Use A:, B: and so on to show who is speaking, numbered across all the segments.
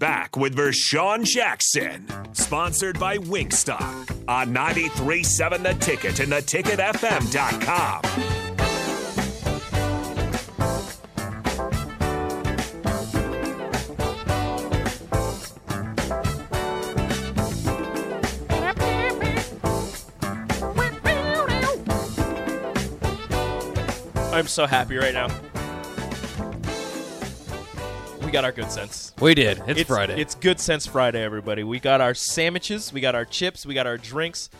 A: Back with Vershawn Jackson, sponsored by Wingstop on 937 The Ticket and theticketfm.com.
B: I'm so happy right now. We got our good sense.
C: We did. It's, Friday.
B: It's Good Sense Friday, everybody. We got our sandwiches, we got our chips, we got our drinks.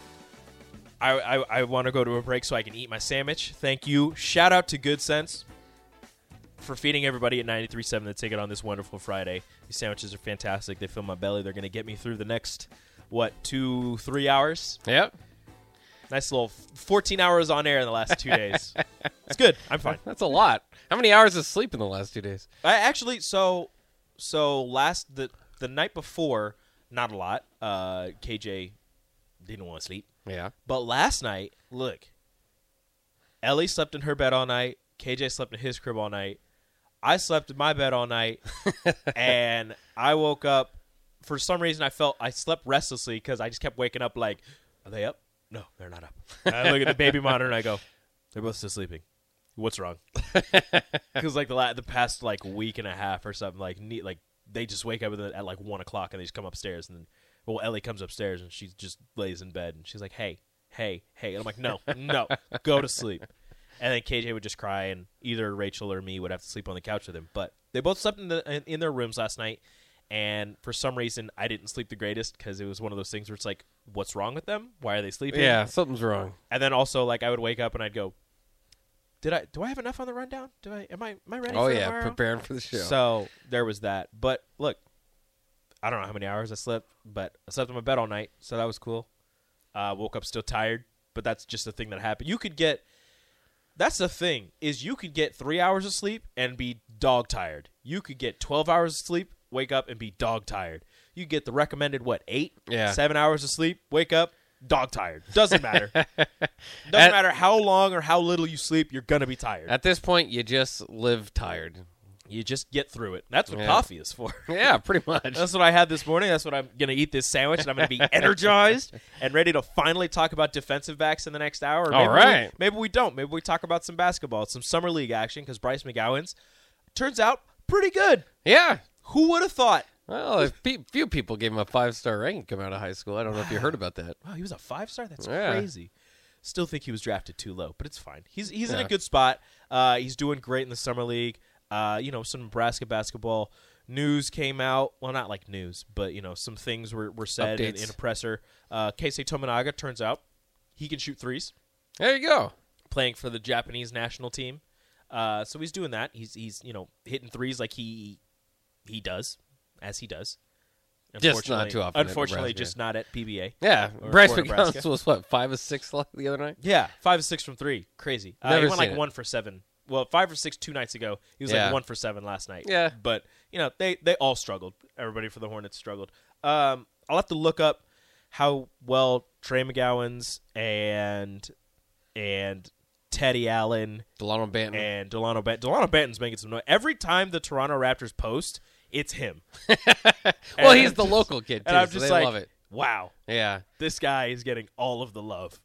B: I, I, I want to go to a break so I can eat my sandwich. Thank you. Shout out to Good Sense for feeding everybody at 93.7 the ticket on this wonderful Friday. These sandwiches are fantastic. They fill my belly. They're going to get me through the next, what, two, three hours?
C: yep.
B: Nice little f- 14 hours on air in the last two days. It's good. I'm fine.
C: That's a lot. How many hours of sleep in the last two days?
B: I actually so so last the the night before, not a lot. Uh KJ didn't want to sleep.
C: Yeah.
B: But last night, look. Ellie slept in her bed all night. KJ slept in his crib all night. I slept in my bed all night and I woke up for some reason I felt I slept restlessly cuz I just kept waking up like are they up? No, they're not up. And I look at the baby monitor and I go, they're both still sleeping. What's wrong? because like the la- the past like week and a half or something, like neat, like they just wake up at, the- at like one o'clock and they just come upstairs and then, well, Ellie comes upstairs and she just lays in bed and she's like, hey, hey, hey, and I'm like, no, no, go to sleep. And then KJ would just cry, and either Rachel or me would have to sleep on the couch with him. But they both slept in the in, in their rooms last night, and for some reason, I didn't sleep the greatest because it was one of those things where it's like, what's wrong with them? Why are they sleeping?
C: Yeah, something's wrong.
B: And then also like I would wake up and I'd go, did I do I have enough on the rundown? Do I am I am I ready?
C: Oh
B: for
C: yeah,
B: tomorrow?
C: preparing for the show.
B: So there was that. But look, I don't know how many hours I slept, but I slept in my bed all night, so that was cool. Uh, woke up still tired, but that's just the thing that happened. You could get that's the thing is you could get three hours of sleep and be dog tired. You could get twelve hours of sleep, wake up and be dog tired. You get the recommended what eight,
C: Yeah.
B: seven hours of sleep, wake up, dog tired. Doesn't matter. Doesn't matter how long or how little you sleep, you're gonna be tired.
C: At this point, you just live tired.
B: you just get through it. That's what
C: Yeah.
B: coffee is for.
C: Yeah, pretty much.
B: That's what I had this morning. That's what I'm going to eat this sandwich, and I'm going to be energized and ready to finally talk about defensive backs in the next hour. Or
C: All
B: maybe We,
C: right.
B: maybe we don't. Maybe we talk about some basketball, some summer league action, because Bryce McGowan's turns out pretty good.
C: yeah.
B: Who would have thought?
C: Well, a pe- few people gave him a five star ranking come out of high school. I don't know if you heard about that.
B: Wow, he was a five star. That's
C: Yeah.
B: crazy. Still think he was drafted too low, but it's fine. He's he's in a
C: Yeah.
B: good spot. Uh, he's doing great in the summer league. Uh, you know, some Nebraska basketball news came out. Well, not like news, but you know, some things were, were said in,
C: Updates.
B: in a presser. Uh, Keisei Tominaga turns out he can shoot threes,
C: There you go.
B: playing for the Japanese national team. Uh, so he's doing that. He's he's you know hitting threes like he he does, as he does.
C: Just not too often at
B: Unfortunately,
C: Nebraska.
B: just not at PBA.
C: Yeah,
B: Or
C: Bryce
B: for
C: McGowan
B: Nebraska.
C: was what five or six lo- the other night.
B: Yeah, five or six from three, crazy. Uh, he
C: Never
B: went like
C: seen it.
B: one for seven. Well, five or six two nights ago. He was
C: Yeah.
B: like one for seven last night.
C: Yeah.
B: but you know they they all struggled. Everybody for the Hornets struggled. Um, I'll have to look up how well Trey McGowan's and and Teddy Allen
C: Delano Banton.
B: and Delano Bant- Delano Banton's making some noise every time the Toronto Raptors post. It's him.
C: well,
B: and
C: he's
B: I'm
C: the
B: just-
C: local kid too.
B: And I'm
C: so
B: just
C: they
B: like,
C: love it.
B: wow,
C: Yeah.
B: this guy is getting all of the love.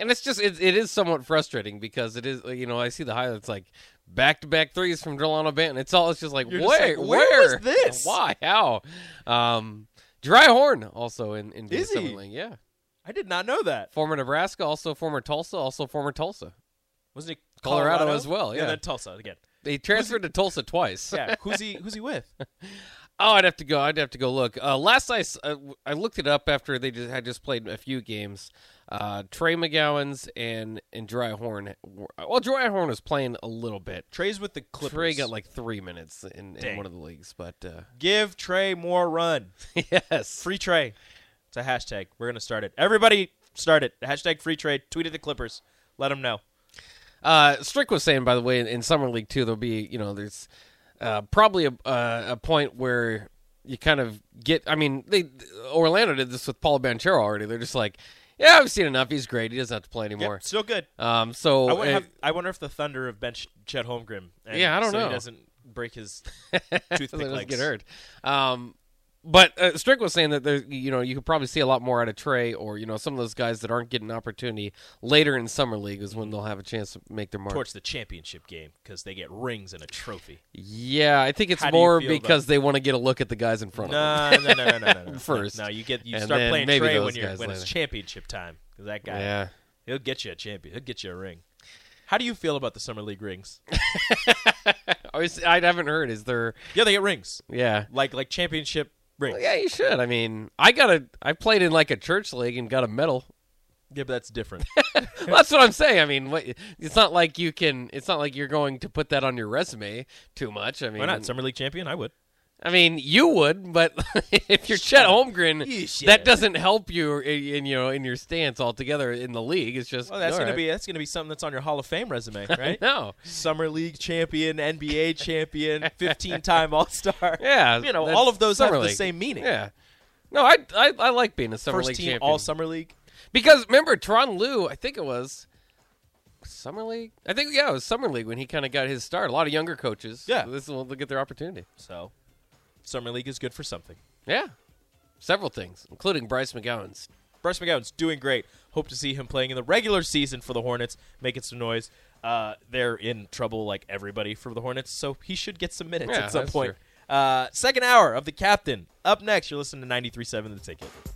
C: and it's just it, it is somewhat frustrating because it is uh, you know I see the highlights like back to back threes from Delano Banton. It's all it's just like
B: You're just
C: where
B: like, where
C: where
B: was this?
C: why how um Dry Horn also in in
B: Is
C: Summer
B: he?
C: League. yeah
B: I did not know that.
C: former Nebraska also former Tulsa also former Tulsa
B: Wasn't it
C: Colorado as well, yeah.
B: and then Tulsa again.
C: they transferred to Tulsa twice
B: Yeah, who's he? Who's he with?
C: Oh, I'd have to go. I'd have to go look. Uh, last I, s- uh, I looked it up after they just, had just played a few games. Uh, Trey McGowan's and and Dry Horn. were- Well, Dry Horn was playing a little bit.
B: Trey's with the Clippers.
C: Trey got like three minutes in, in
B: Dang.
C: one of the leagues, but uh,
B: give Trey more run.
C: yes,
B: Free Trey. It's a hashtag. We're gonna start it. Everybody, start it. Hashtag Free Trey. Tweet at the Clippers. Let them know.
C: Uh, Strick was saying, by the way, in, in summer league too, there'll be you know there's uh, probably a uh, a point where you kind of get. I mean, they Orlando did this with Paul Banchero already. They're just like, yeah, I've seen enough. He's great. He doesn't have to play
B: Yep,
C: anymore.
B: still good.
C: Um, so
B: I, wonder
C: uh,
B: have, I wonder if the Thunder have benched Chet Holmgren. and
C: Yeah, I don't
B: so
C: know.
B: He doesn't break his
C: so
B: toothpick
C: they doesn't
B: legs.
C: get hurt. Um, But uh, Strick was saying that there, you know, you could probably see a lot more out of Trey or you know some of those guys that aren't getting opportunity later in summer league is when they'll have a chance to make their mark.
B: towards the championship game because they get rings and a trophy.
C: Yeah, I think it's
B: How do you
C: more
B: feel about-
C: because they want to get a look at the guys in front of them.
B: No, no, no, no, no, no, no.
C: First.
B: no, you get you
C: And
B: start
C: then
B: playing
C: maybe
B: Trey
C: those
B: when you're
C: guys
B: when it's
C: later.
B: championship time because that guy
C: Yeah.
B: he'll get you a champion, he'll get you a ring. How do you feel about the summer league rings?
C: I was- I haven't heard. Oh, Is there?
B: Yeah, they get rings
C: Yeah.
B: like like championship rings.
C: Well, Oh, yeah, you should. I mean, I got a. I played in like a church league and got a medal.
B: Yeah, but that's different.
C: Well, that's what I'm saying. I mean, what, it's not like you can. It's not like you're going to put that on your resume too much. I mean,
B: Why not summer league champion? I would.
C: I mean, you would, but if you're Chet
B: You
C: Holmgren,
B: should.
C: that doesn't help you in, in you know in your stance altogether in the league. It's just
B: Well, that's
C: all
B: gonna
C: right.
B: be that's gonna be something that's on your Hall of Fame resume, right?
C: no.
B: Summer league champion, NBA champion, 15 time All Star.
C: Yeah,
B: you know,
C: that's
B: all of those have
C: summer
B: the
C: league.
B: same meaning.
C: Yeah. No, I, I I like being a summer
B: First
C: league
B: team
C: champion
B: All Summer League.
C: because remember Tron Lu, I think it was summer league. I think yeah, it was summer league when he kind of got his start. A lot of younger coaches,
B: Yeah.
C: this will they'll get their opportunity.
B: So, summer league is good for something.
C: Yeah, several things, including Bryce McGowan's.
B: Bryce McGowan's doing great. Hope to see him playing in the regular season for the Hornets, making some noise. Uh, they're in trouble like everybody for the Hornets, so he should get some minutes
C: Yeah,
B: at some
C: that's
B: point. Uh, second hour of the captain. Up next, you're listening to 93.7 The Ticket.